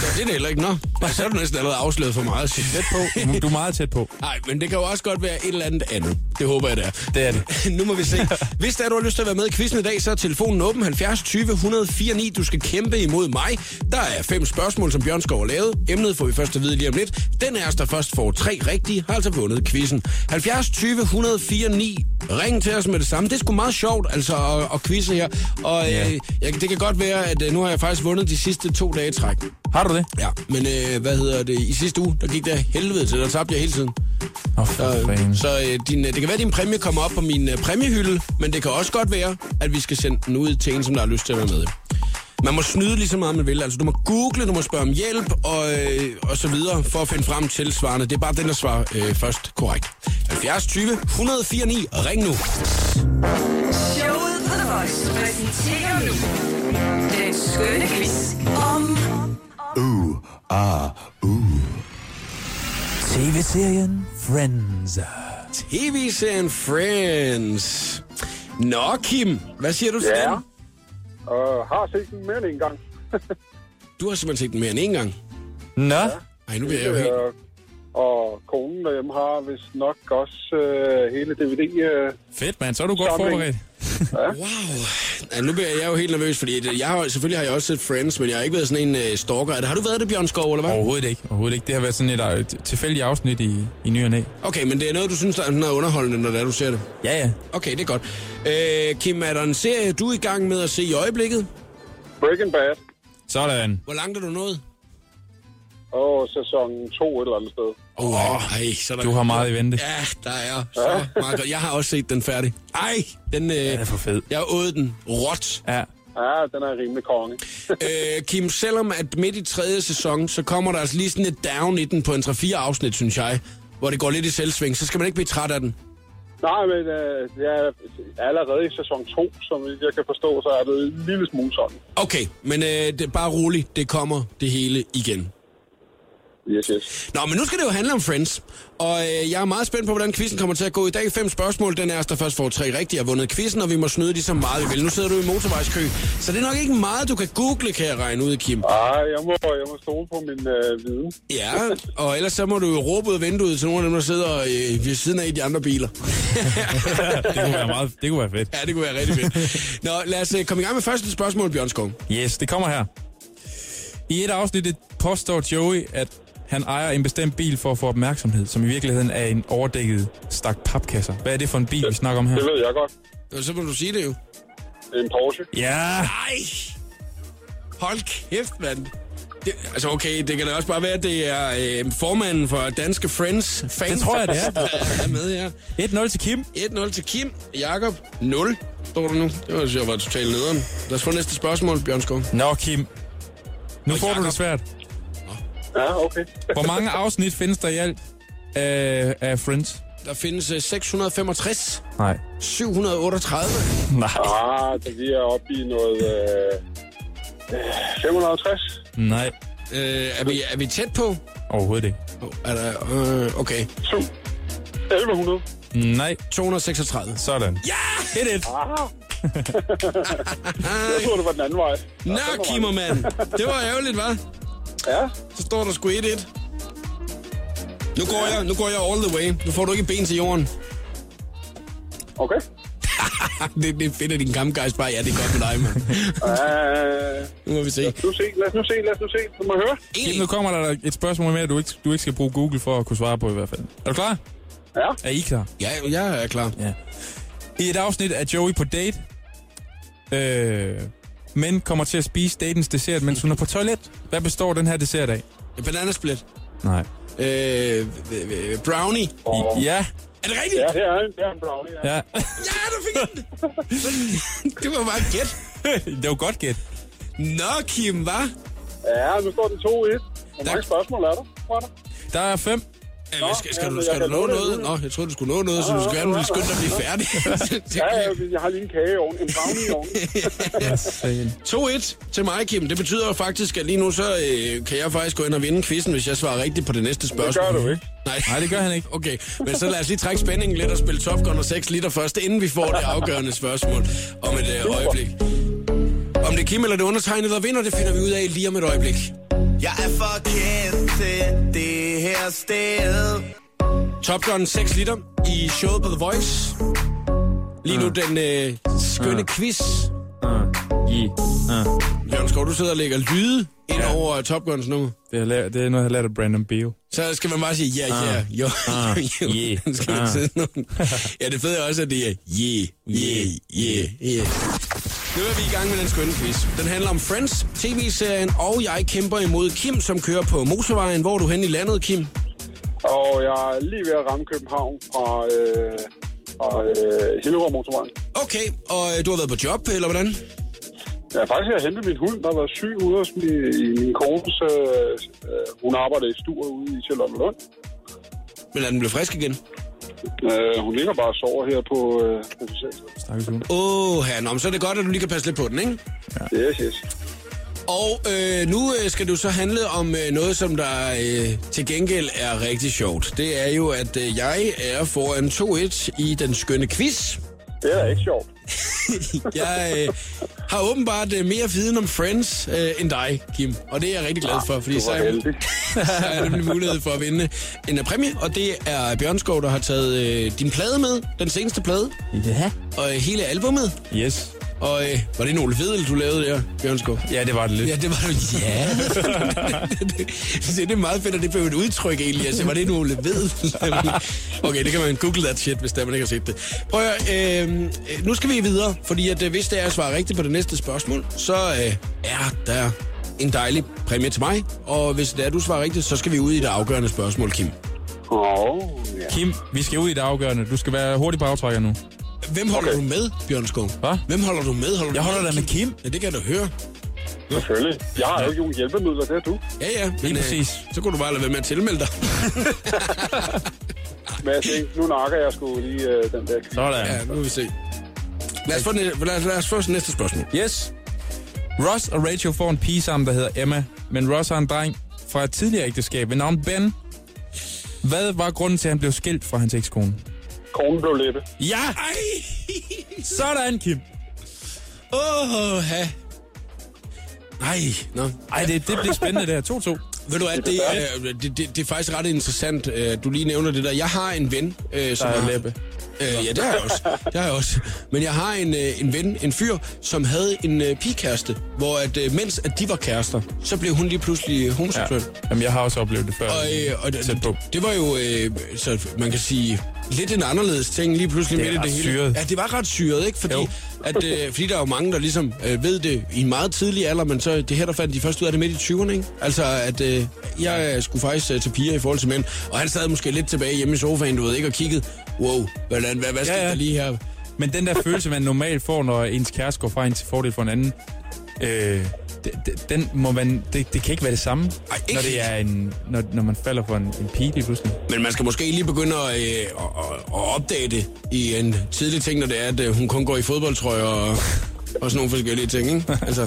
Det er det heller ikke, nå. Ej, Så er du næsten allerede afsløret for meget, synes jeg. Du- Du er meget tæt på. Nej, men det kan jo også godt være et eller andet andet. Det håber jeg, det er. Det er det. nu må vi se. Hvis der er, du har lyst til at være med i quizzen i dag, så er telefonen åben 70 20 104 9. Du skal kæmpe imod mig. Der er fem spørgsmål, som Bjørn Skov har lavet. Emnet får vi først at vide lige om lidt. Den er der først får tre rigtige, har altså vundet quizzen. 70 20 104 9. Ring til os med det samme. Det er sgu meget sjovt, altså, at, at quizze her. Og Ja. øh, jeg, det kan godt være, at øh, nu har jeg faktisk vundet de sidste to dage i træk. Har du det? Ja, men øh, hvad hedder det? I sidste uge, der gik der helvede til, der tabte jeg hele tiden. Åh, oh, for Så, fanden. så øh, din, øh, det kan være, at din præmie kommer op på min øh, præmiehylde, men det kan også godt være, at vi skal sende den ud til en, som der har lyst til at være med. Man må snyde lige så meget, man vil. Altså, du må google, du må spørge om hjælp og, øh, og så videre, for at finde frem til svarene. Det er bare den, der svarer øh, først korrekt. 70 20 104 9. Ring nu. Showet på The Voice præsenterer nu den skønne quiz om TV-serien Friends. TV-serien Friends. Nå, Kim, hvad siger du til Ja. den? Og har set den mere end en gang. Du har simpelthen set den mere end én gang. Nå, Ej, nu bliver jeg jo helt... Øh, og konen derhjemme har vist nok også øh, hele DVD. Øh, Fedt, mand. Så er du godt Samling. forberedt. Wow. Ja, nu bliver jeg jo helt nervøs, fordi at jeg har, selvfølgelig har jeg også set Friends, men jeg har ikke været sådan en øh, stalker. Er det- Har du været det, Bjørn Skov, eller hvad? Overhovedet ikke. Overhovedet ikke. Det har været sådan et, øh, et tilfældigt afsnit i, i ny og Næ. Okay, men det er noget, du synes, der er noget underholdende, når det er, du ser det. Ja, ja. Okay, det er godt. Øh, Kim, er der en serie, du er i gang med at se i øjeblikket? Breaking Bad Sådan. Hvor langt er du nået? og sæson 2 et eller andet sted. Åh, oh, ej, så er der... Du har meget i vente. Ja, der er så meget godt. Jeg har også set den færdig. Ej, den... Øh, Den er for fed. jeg åd den råt. Ja. Ja, den er rimelig konge. Øh, Kim, selvom at midt i tredje sæson, så kommer der altså lige sådan et down i den på en 3-4 afsnit, synes jeg, hvor det går lidt i selvsving, så skal man ikke blive træt af den. Nej, men øh, jeg er allerede i sæson 2, som jeg kan forstå, så er det en lille smule sådan. Okay, men øh, det, bare roligt, det kommer det hele igen. Yes, yes. Nå, men nu skal det jo handle om Friends. Og øh, jeg er meget spændt på, hvordan quizzen kommer til at gå i dag. Fem spørgsmål. Den er os, der først får tre rigtige, har vundet quizzen, og vi må snyde de så meget, vi vil. Nu sidder du i motorvejskø, så det er nok ikke meget, du kan google, kan jeg regne ud, Kim. Ej, jeg må, jeg må stole på min øh, viden. Ja, og ellers så må du jo råbe ud af vinduet til nogle af dem, der sidder øh, ved siden af i de andre biler. Det kunne være, meget, det kunne være fedt. Ja, det kunne være rigtig fedt. Nå, lad os øh, komme i gang med første spørgsmål, Bjørn Skov. Yes, det kommer her. I et afsnit påstår Joey, at han ejer en bestemt bil for at få opmærksomhed, som i virkeligheden er en overdækket stak papkasser. Hvad er det for en bil, vi snakker om her? Det ved jeg godt. Nå, Så må du sige det jo. Det er en Porsche. Ja, Ej! Hold kæft, mand. Det, altså okay, det kan da også bare være, at det er øh, formanden for Danske Friends. Fan. Det tror jeg, det er. er med her. 1-0 til Kim. 1-0 til Kim. Jakob 0. Står der nu? Det var, jeg var totalt nederen. Lad os få næste spørgsmål, Bjørn Skov. Nå, Kim. Nu får du Jakob. det svært. Ja, okay. Hvor mange afsnit findes der i alt af, af Friends? Der findes øh, 665, Nej. 738, Nej. Ah, så vi er oppe i noget... Øh, øh, 560? Nej. Øh, er, vi, er vi tæt på? Overhovedet ikke. Oh, er der, øh, okay, 7? 1100? Nej. 236. Sådan. Ja! 1-1. Ah. Jeg troede, det var den anden vej. Nå, Kimmermand. Det var ærgerligt, hva'? Ja, Så står der sgu 1-1. Nu går, jeg, nu går jeg all the way. Nu får du ikke ben til jorden. okay. Det, det er fedt, at din gamle guys bare, ja, det er godt med dig, mand. Uh, Nu må vi se. nu se, lad os nu se, lad os nu se. Du må høre. Kim, nu kommer der et spørgsmål mere, du ikke, du ikke skal bruge Google for at kunne svare på i hvert fald. Er du klar? Ja. Er I klar? Ja, jeg er klar. I et afsnit er Joey på date, øh, men kommer til at spise datens dessert, mens hun er på toilet. Hvad består den her dessert af? Bananasplit. Nej. Øh, øh, øh, brownie. I, ja, Er det rigtigt? Ja, det er en, det er en brownie. Ja. ja. Ja, du fik den. det var bare et gæt. det var godt gæt. Nå, Kim, hva? ja, nu står den 2-1. Hvor mange spørgsmål er der? Hvor er der? Der er fem. Ja, men skal, skal, ja, du, men skal jeg du kan nå nå det noget? Nå, alligevel. jeg troede, du skulle nå noget, så du skal gerne lige skynde dig at blive færdig. Ja, ja, jeg har lige en kage i ovnen. En brownie i ovnen. Ja, sagen. 2-1 til mig, Kim. Det betyder jo faktisk, at lige nu så øh, kan jeg faktisk gå ind og vinde quizzen, hvis jeg svarer rigtigt på det næste spørgsmål. gør du ikke. Nej. Nej, det gør han ikke. Okay, men så lad os lige trække spændingen lidt og spille Top Gun og 6 liter først, inden vi får det afgørende spørgsmål om et øh, øjeblik. Om det er Kim eller det undertegnede, der vinder, det finder vi ud af lige om et øjeblik. Jeg er for kendt til det her sted. Top Gun 6 liter i showet på The Voice. Lige nu den øh, skønne quiz. Jørgen Skov, du sidder og lægger lyde ind over Top Guns nummer. Det er, la- det er noget, jeg har lært af Brandon Beal. Så skal man bare sige, ja, ja, jo, Ah, jo, yeah, jo. Skal man ah. sidde nogen. Ja, det fede er også, at det er, yeah, yeah, yeah, yeah. Nu er vi i gang med den skønne quiz. Den handler om Friends, tv-serien, og jeg kæmper imod Kim, som kører på motorvejen. Hvor er du hen i landet, Kim? Og jeg er lige ved at ramme København fra, øh, fra øh, Hillerød Motorvejen. Okay, og øh, du har været på job, eller hvordan? Jeg er faktisk ved at hente min hund, der har været syg ude hos min, i min kones. Øh, øh, hun arbejder i stuer ude i Sjælland Lund. Men er den blevet frisk igen? Øh, hun ligger bare og sover her på... Øh, på hospitalet. Stakkes hund. Åh, oh, nå, men så er det godt, at du lige kan passe lidt på den, ikke? yes, yes. Og øh, nu øh, skal du så handle om øh, noget, som der øh, til gengæld er rigtig sjovt. Det er jo, at øh, jeg er foran 2-1 i den skønne quiz. Det er da ikke sjovt. jeg øh, har åbenbart øh, mere viden om Friends øh, end dig, Kim. Og det er jeg rigtig glad for, fordi Ah, du så var er jeg- heldig. så er jeg nemlig mulighed for at vinde en øh, præmie. Og det er Bjørn Skov, der har taget øh, din plade med, den seneste plade, Ja. og øh, hele albummet. Yes. Og øh, var det en Ole Vedel, du lavede der, Bjørn Skov? Ja, det var det lidt. Ja, det var du. Ja. det, det, er meget fedt, at det blev et udtryk egentlig. Altså, var det nu Ole ved? okay, det kan man google that shit, hvis der man ikke har set det. Prøv at høre, øh, øh, nu skal vi videre, fordi at, øh, hvis det er at svare rigtigt på det næste spørgsmål, så øh, er der en dejlig præmie til mig. Og hvis det er, du svarer rigtigt, så skal vi ud i det afgørende spørgsmål, Kim. Åh, ja. Kim, vi skal ud i det afgørende. Du skal være hurtig på aftrækker nu. Hvem holder okay. du med, Bjørn Skov? Hvad? Hvem holder du med? Holder Jeg du holder da med Kim. Ja, det kan jeg da høre. Selvfølgelig. Jeg har jo ikke nogen hjælpemidler, det har du. Ja, ja. Men, øh, Lige præcis. så kunne du bare lade være med at tilmelde dig. Men jeg tænkte, nu nakker jeg sgu lige øh, den der kvinde. Sådan. Ja, nu vil vi se. Lad os få, den- lad os, lad os få det næste spørgsmål. Yes. Ross og Rachel får en pige sammen, der hedder Emma, men Ross har en dreng fra et tidligere ægteskab ved navn Ben. Hvad var grunden til, at han blev skilt fra hans ekskone? Kronen blev læbe. Ja! Ej. Sådan, Kim. Åh, ha. Nej, nå. Ej, det, det bliver spændende, det her. 2-2. Ved du at det, er, øh, det, det, det er faktisk ret interessant, øh, du lige nævner det der. Jeg har en ven, øh, som Der er har- læbe. Øh, ja, det har jeg også. Det har jeg også. Men jeg har en, øh, en ven, en fyr, som havde en øh, pigekæreste, hvor at, øh, mens at de var kærester, så blev hun lige pludselig øh, homoseksuel. Ja. Jamen, jeg har også oplevet det før. Og, øh, og Tæt på. det, det var jo, øh, så man kan sige, lidt en anderledes ting lige pludselig Det er midt i det ret hele. syret. Ja, det var ret syret, ikke? Fordi, Jo. at, øh, fordi der er jo mange, der ligesom øh, ved det i en meget tidlig alder, men så det her, der fandt de først ud af det midt i 20'erne, ikke? Altså, at øh, jeg skulle faktisk øh, til piger i forhold til mænd, og han sad måske lidt tilbage hjemme i sofaen, du ved ikke, og kiggede, wow, hvordan, hvad, hvad skete Ja, ja, ja. ja. der lige her? Men den der følelse, man normalt får, når ens kæreste går fra en til fordel for en anden, øh, det- det- den må man, det, det kan ikke være det samme, Ej, ikke når, det helt. er en, når, når man falder for en, en pige lige pludselig. Men man skal måske lige begynde at, øh, at, at, at opdage det i en tidlig ting, når det er, at øh, hun kun går i fodboldtrøje og, og sådan nogle forskellige ting, ikke? Altså, Ej,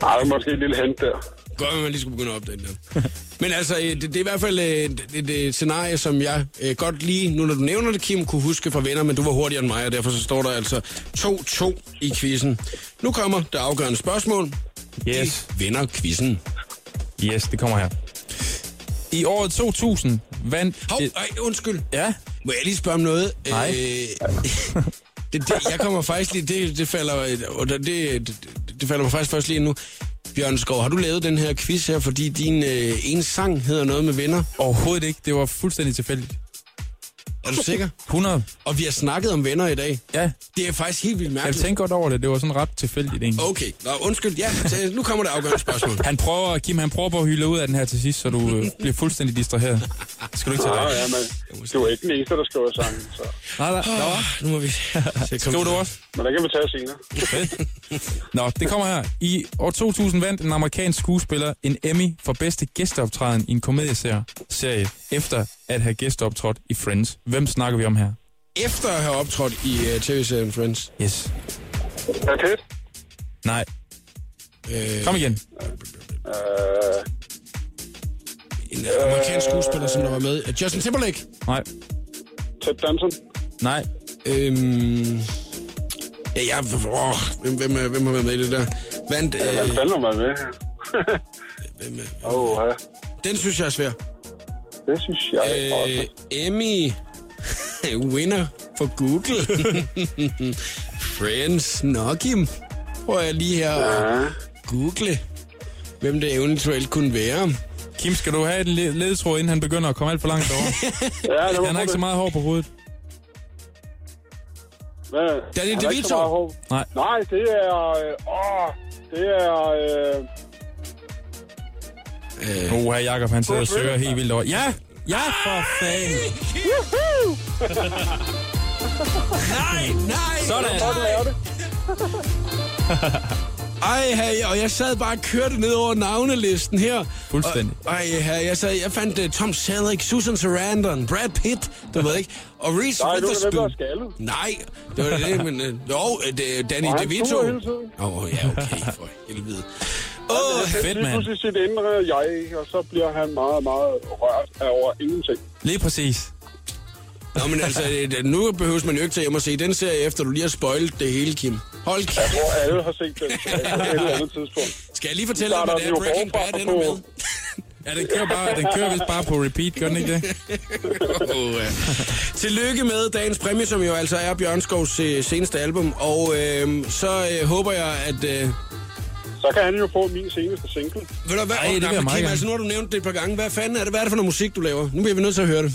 der er måske et lille hent der. Godt, at man lige skulle begynde at opdage det. der. Men altså, øh, det, det er i hvert fald øh, et, et, et scenarie, som jeg øh, godt lige, nu når du nævner det, Kim, kunne huske fra venner, men du var hurtigere end mig, og derfor så står der altså 2-2 i quizzen. Nu kommer det afgørende spørgsmål. Yes. De vinder quizzen. Yes, det kommer her. I året 2000 vandt... Hov, et- ej, undskyld. Ja, Må jeg lige spørge om noget? Nej. Øh, det, det, jeg kommer faktisk lige, det, det, falder, og det, det, det falder mig faktisk først lige ind nu. Bjørn Skov, har du lavet den her quiz her, fordi din øh, ene sang hedder noget med venner? overhovedet ikke. Det var fuldstændig tilfældigt. Er du sikker? 100? Og vi har snakket om venner i dag. Ja. Det er faktisk helt vildt Jeg mærkeligt. tænkte godt over det. Det var sådan ret tilfældigt egentlig. Okay, Nå, undskyld. Ja, så nu kommer det afgørende spørgsmål. Han prøver, Kim, han prøver på at hylde ud af den her til sidst, så du øh, bliver fuldstændig distraheret. Det skal du ikke tage Nå, dig. ja, men det var ikke den eneste, der skriver sangen, så... Nej, nej, nej. Nu må vi... Skriver du også? Men det kan vi tage senere. Fedt. Nå, det kommer her. I år 2000 vandt en amerikansk skuespiller en Emmy for bedste gæsteoptræden i en komedieserie, serie, efter at have gæsteoptrådt i Friends. Hvem snakker vi om her? Efter at have optrådt i uh, tv-serien Friends. Yes. Brad Pitt? Nej. Øh, Kom igen. Øh, en amerikansk skuespiller, som der var med. Øh, Justin Timberlake. Nej. Ted Danson? Nej. Øhm... Ja, jeg... Åh, hvem, hvem, er- hvem har været med i det der? Vandt... Hvad Øh, fanden var med her? hvem, er- Åh, oh, ja. den synes jeg er svær. Det synes jeg også. Øh, Emmy... Winner for Google. Friends. Nå, Kim. Prøver jeg lige her at Ja. google, hvem det eventuelt kunne være. Kim, skal du have et le- ledetråd, inden han begynder at komme alt for langt over? Ja, det var Han har ikke så meget hår på hovedet. Hvad? er Han De ikke så Vito. meget hår. Nej. Nej, det er... øh, Åh, det er... Øh, Oha, Jacob, han sidder og søger helt vildt over. Ja! Ja, for fanden! Nej, nej! Sådan. hvad er det? Ej, hey, og jeg sad bare og kørte ned over navnelisten her. Fuldstændig. Og, ej, hey, jeg, sad, jeg fandt uh, Tom Selleck, Susan Sarandon, Brad Pitt, du ved ikke, og Reese Nej, nu er det Witherspoon. nemlig skaldet. Nej, det var det, men... Øh, jo, øh, det, er Danny Og han DeVito. suger hele tiden. Åh, oh, ja, okay, for helvede. Åh, oh, Fedt, Lige mand. pludselig sit indre jeg, og så bliver han meget, meget rørt af over ingenting. Lige præcis. Nå, men altså, øh, nu behøves man jo ikke tage hjem og se den serie, efter du lige har spoilet det hele, Kim. Hold kæft. Jeg tror, alle har set den på et eller andet tidspunkt. Skal jeg lige fortælle dig, Starter hvad det den er, jo Breaking forfra Bad og ender på. med? Ja, den kører, bare, den kører vist bare på repeat, gør den ikke det? Og, øh, Tillykke med dagens præmie, som jo altså er Bjørn Skovs øh, seneste album. Og øh, så øh, håber jeg, at... Øh, Så kan han jo få min seneste single. ved du hvad? Ej, det vil jeg men meget Kim, gerne. altså, nu har du nævnt det et par gange. Hvad fanden er det, hvad er det for noget musik, du laver? Nu bliver vi nødt til at høre det.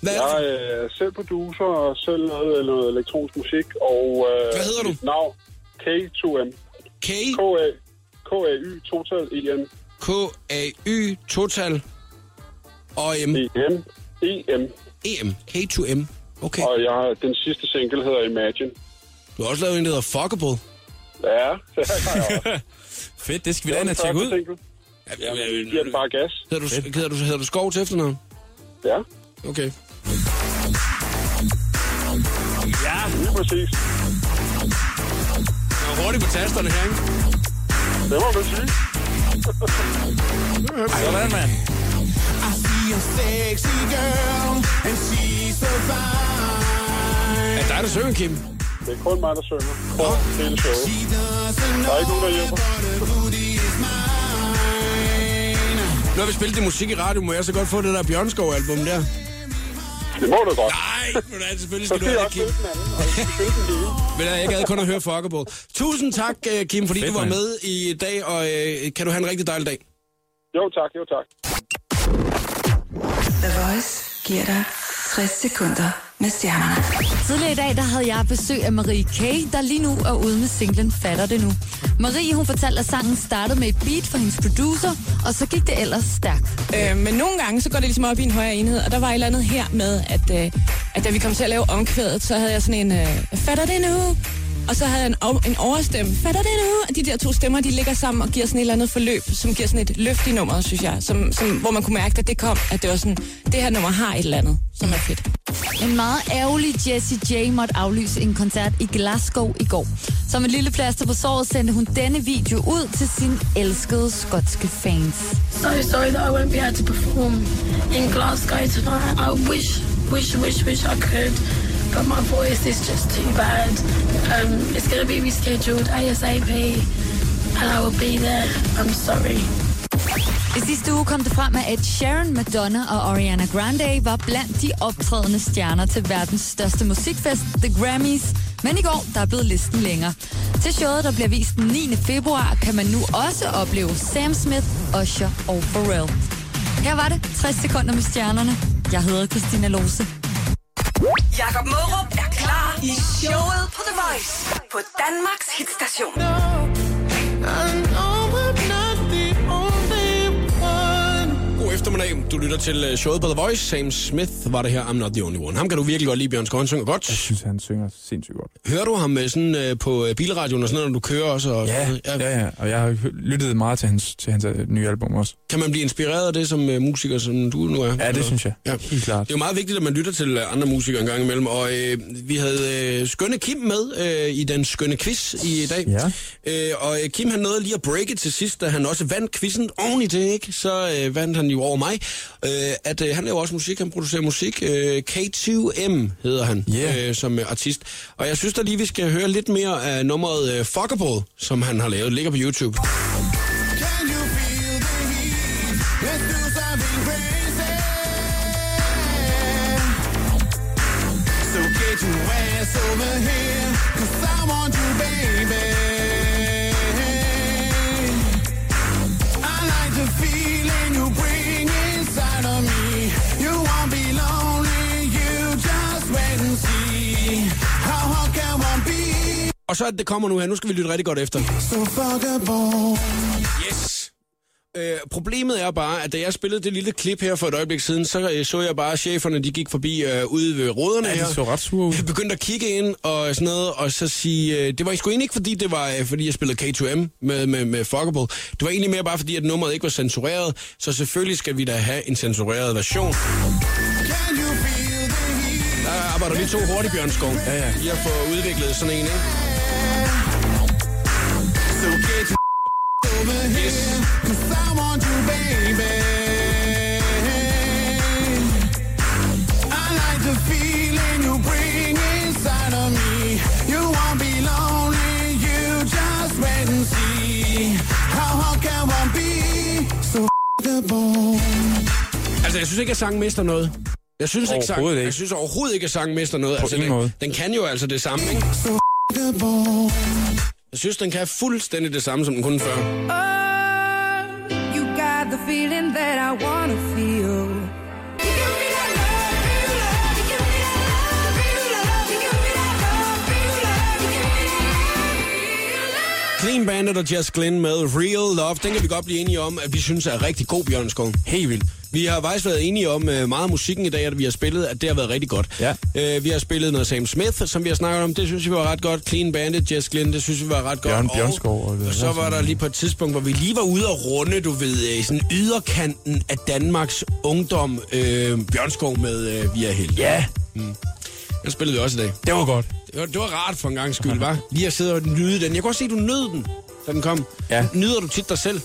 Hvad er det? Jeg for- er øh, selv producer og selv lavet øh, noget elektronisk musik. Og, øh, Hvad hedder du? mit Navn K2M. K, K-A, K-A-Y, total E E-M. K, A, Y, Total, og M, E-M. E-M. E, M. K2M. Okay. Og jeg, har- den sidste single hedder Imagine. Du har også lavet en, der hedder Fuckable. Ja, det har jeg også. Fedt, det skal vi Det da var ind og den tjekke første ud. single. Jamen, jeg giver den bare gas. Hedder du, hedder du, hedder du Skov til efternavn? Ja, Okay. lige præcis. Jeg er hurtigt på tasterne her, ikke? Det må man sige. Sådan, mand. Er det dig, der synger, Kim? Det er kun mig, der synger. Kort hele showet. Der er ikke nogen, der hjælper. Nu har vi spillet det musik i radio, må jeg så godt få det der Bjørnskov-album der? Det må du godt. Nej, men altså, selvfølgelig Så skal du skal have det, jeg Kim. også spille den anden, og I skal spille den hele. Men jeg gad kun at høre Fuckable. Tusind tak, øh, Kim, fordi Fedt, du var mand. med i dag, og øh, kan du have en rigtig dejlig dag. Jo tak, jo tak. The Voice giver dig 60 sekunder med stjernerne. Tidligere i dag, der havde jeg besøg af Marie K., der lige nu er ude med singlen Fatter det nu. Marie, hun fortalte, at sangen startede med et beat fra hendes producer, og så gik det ellers stærkt. Øh, men nogle gange, så går det ligesom op i en højere enhed, og der var et eller andet her med, at, øh, at da vi kom til at lave omkvædet, så havde jeg sådan en, øh, fatter det nu? Og så havde jeg en, o- en overstemme, fatter det nu? Og de der to stemmer, de ligger sammen og giver sådan et eller andet forløb, som giver sådan et løft i nummeret, synes jeg. Som, som, hvor man kunne mærke, at det kom, at det var sådan, det her nummer har et eller andet, som er fedt. En meget ærgerlig Jessie J måtte aflyse en koncert i Glasgow i går. Som et lille plaster på såret sendte hun denne video ud til sine elskede skotske fans. So sorry that I won't be able to perform in Glasgow tonight. I wish, wish, wish, wish I could, but my voice is just too bad. Um, it's going to be rescheduled ASAP, and I will be there. Oh, I'm sorry. I sidste uge kom det frem, at Ed Sheeran, Madonna og Ariana Grande var blandt de optrædende stjerner til verdens største musikfest, The Grammys. Men i går, der er blevet listen længere. Til showet, der bliver vist den 9. februar, kan man nu også opleve Sam Smith, Usher og Pharrell. Her var det 60 sekunder med stjernerne. Jeg hedder Christina Lose. Jakob Mørup er klar i showet på The Voice på Danmarks hitstation. God eftermiddag. Du lytter til øh, showet på The Voice. Sam Smith var det her, I'm Not The Only One. Ham kan du virkelig godt lide, Bjørn Skov. Han synger Jeg godt. synes, han synger sindssygt godt. Hører du ham øh, sådan øh, på øh, bilradioen og sådan noget, når du kører også? Og, Ja, ja, ja. Og jeg har hø- lyttet meget til hans, til hans øh, nye album også. Kan man blive inspireret af det som øh, musiker, som du nu er? Ja, det synes jeg. Ja. Helt klart. Det er jo meget vigtigt, at man lytter til øh, andre musikere en gang imellem, og øh, vi havde øh, skønne Kim med øh, i den skønne quiz i dag. Ja. Øh, og øh, Kim han nåede lige at breake til sidst, da han også vandt quizzen oven i det, ikke? Så øh, vandt han jo over mig. Øh, at øh, han laver også musik, han producerer musik. Øh, K2M hedder han Yeah. øh, som øh, artist. Og jeg synes da lige, vi skal høre lidt mere af nummeret øh, Fuckable, som han har lavet. Det ligger på YouTube. Og så at det kommer nu her. Nu skal vi lytte rigtig godt efter. Yes. Øh, problemet er bare, at da jeg spillede det lille klip her for et øjeblik siden, så øh, så jeg bare, at cheferne de gik forbi øh, ude ved råderne Ja, her. de så ret sure ud. Jeg begyndte at kigge ind og sådan noget, og så sige, øh, det var sgu egentlig ikke fordi, det var, øh, fordi jeg spillede K2M med, med, med Fuckable. Det var egentlig mere bare fordi, at nummeret ikke var censureret, så selvfølgelig skal vi da have en censureret version. Der arbejder vi to hurtigt, Bjørn Skov. Ja, ja. I at få udviklet sådan en, ikke? Yes. I like the feeling vagabond. Altså, jeg synes ikke, at sangen mister noget. Jeg synes ikke, sang, Overhovedet ikke. jeg synes overhovedet ikke, at sangen mister noget. På altså, ingen den, måde. den kan jo altså det samme, ikke? Jeg synes, den kan fuldstændig det samme, som den kunne før. You got the feeling that I wanna feel. You give me that love, real love. You give me that love, real love. You give me that love, real love. You give Clean me that Bandit og Jess Glynn med Real Love. Den kan vi godt blive enige om, at vi synes er rigtig god, Bjørn Skov. Helt vildt. Vi har faktisk været enige om øh, meget af musikken i dag, at vi har spillet, at det har været rigtig godt. Ja. Øh, vi har spillet noget Sam Smith, som vi har snakket om. Det synes vi var ret godt. Clean Bandit, Jess Glynn, det synes vi var ret Bjørn godt. Bjørnskov og- Og, og så var der lige på et tidspunkt, hvor vi lige var ude og runde, du ved, øh, sådan yderkanten af Danmarks ungdom. Øh, Bjørnskov med øh, Vi er heldige. Ja. Mm. Den spillede vi også i dag. Det var godt. Det var, det var rart for en gang skyld, var. Lige at sidde og nyde den. Jeg kunne også se, at du nød den, da den kom. Ja. Nyder du tit dig selv?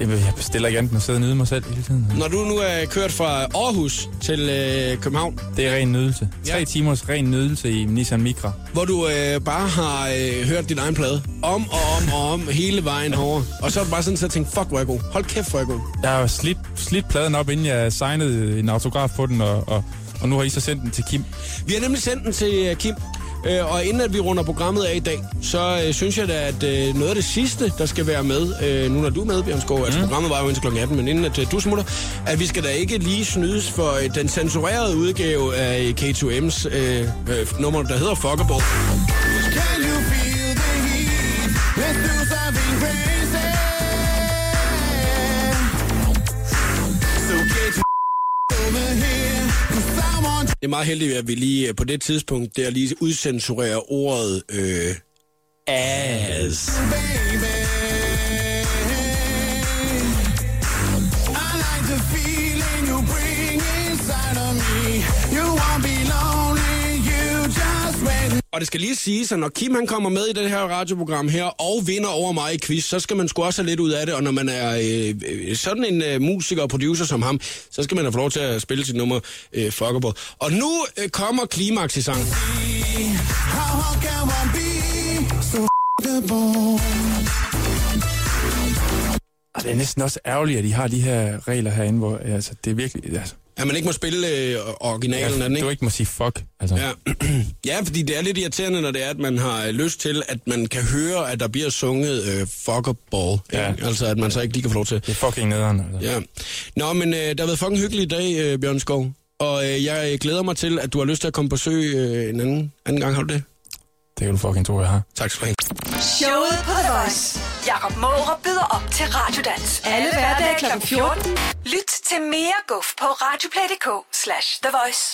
Jamen, Jeg bestiller ikke andet end at sidde og nyde mig selv hele tiden. Når du nu er kørt fra Aarhus til øh, København, Det er ren nydelse. Tre timers ren nydelse i Nissan Micra. hvor du øh, bare har øh, hørt din egen plade om og om og om hele vejen over, og så er du bare sådan så tænkt, fuck hvor er jeg god. Hold kæft hvor er jeg god. Jeg har jo slidt, slidt pladen op, inden jeg signede en autograf på den, og, og, og nu har I så sendt den til Kim. Vi har nemlig sendt den til øh, Kim, øh, og inden at vi runder programmet af i dag, så øh, synes jeg da, at øh, noget af det sidste, der skal være med, øh, nu når du er med, Bjørn Skov, altså programmet var jo indtil kl. 18, men inden at øh, du smutter, at vi skal da ikke lige snydes for øh, den censurerede udgave af K2M's øh, øh, nummer, der hedder Fuckerborg. Can you feel the heat? Let's do something crazy. So get your over here, 'cause I want Det er meget heldigt, at vi lige øh, på det tidspunkt der lige udcensurerer ordet øh, ass. you, baby. I like the feeling you bring inside of me. You won't be lonely, you just wait. Og det skal lige siges, at når Kim han kommer med i det her radioprogram her og vinder over mig i quiz, så skal man sgu også have lidt ud af det. Og når man er øh, øh, sådan en øh, musiker og producer som ham, så skal man have lov til at spille sit nummer øh, Fuckerbo. Og nu øh, kommer klimaks i sangen. How hard can one be? So the bone. Og det er næsten også ærgerligt, at I har de her regler herinde, hvor altså, det er virkelig... Altså, At man ikke må spille øh, originalen af den, du ikke? ikke må sige fuck. Altså. Ja. ja, fordi det er lidt irriterende, når det er, at man har øh, lyst til, at man kan høre, at der bliver sunget øh, Fuckerbo. Ja. Altså, at man så ikke lige kan få lov til. Det er fucking nederen. Altså. Ja. Nå, men øh, det har været fucking hyggeligt i dag, øh, Bjørn Skov. Og øh, jeg glæder mig til, at du har lyst til at komme på sø øh, en anden, anden gang. Har du det? Det er jo fucking to, jeg har. Tak skal du have. Showet på The Voice. Jakob Måre byder op til Radiodans. Alle hverdage kl. 14. Lyt til mere guf på radioplay.dk slash The Voice.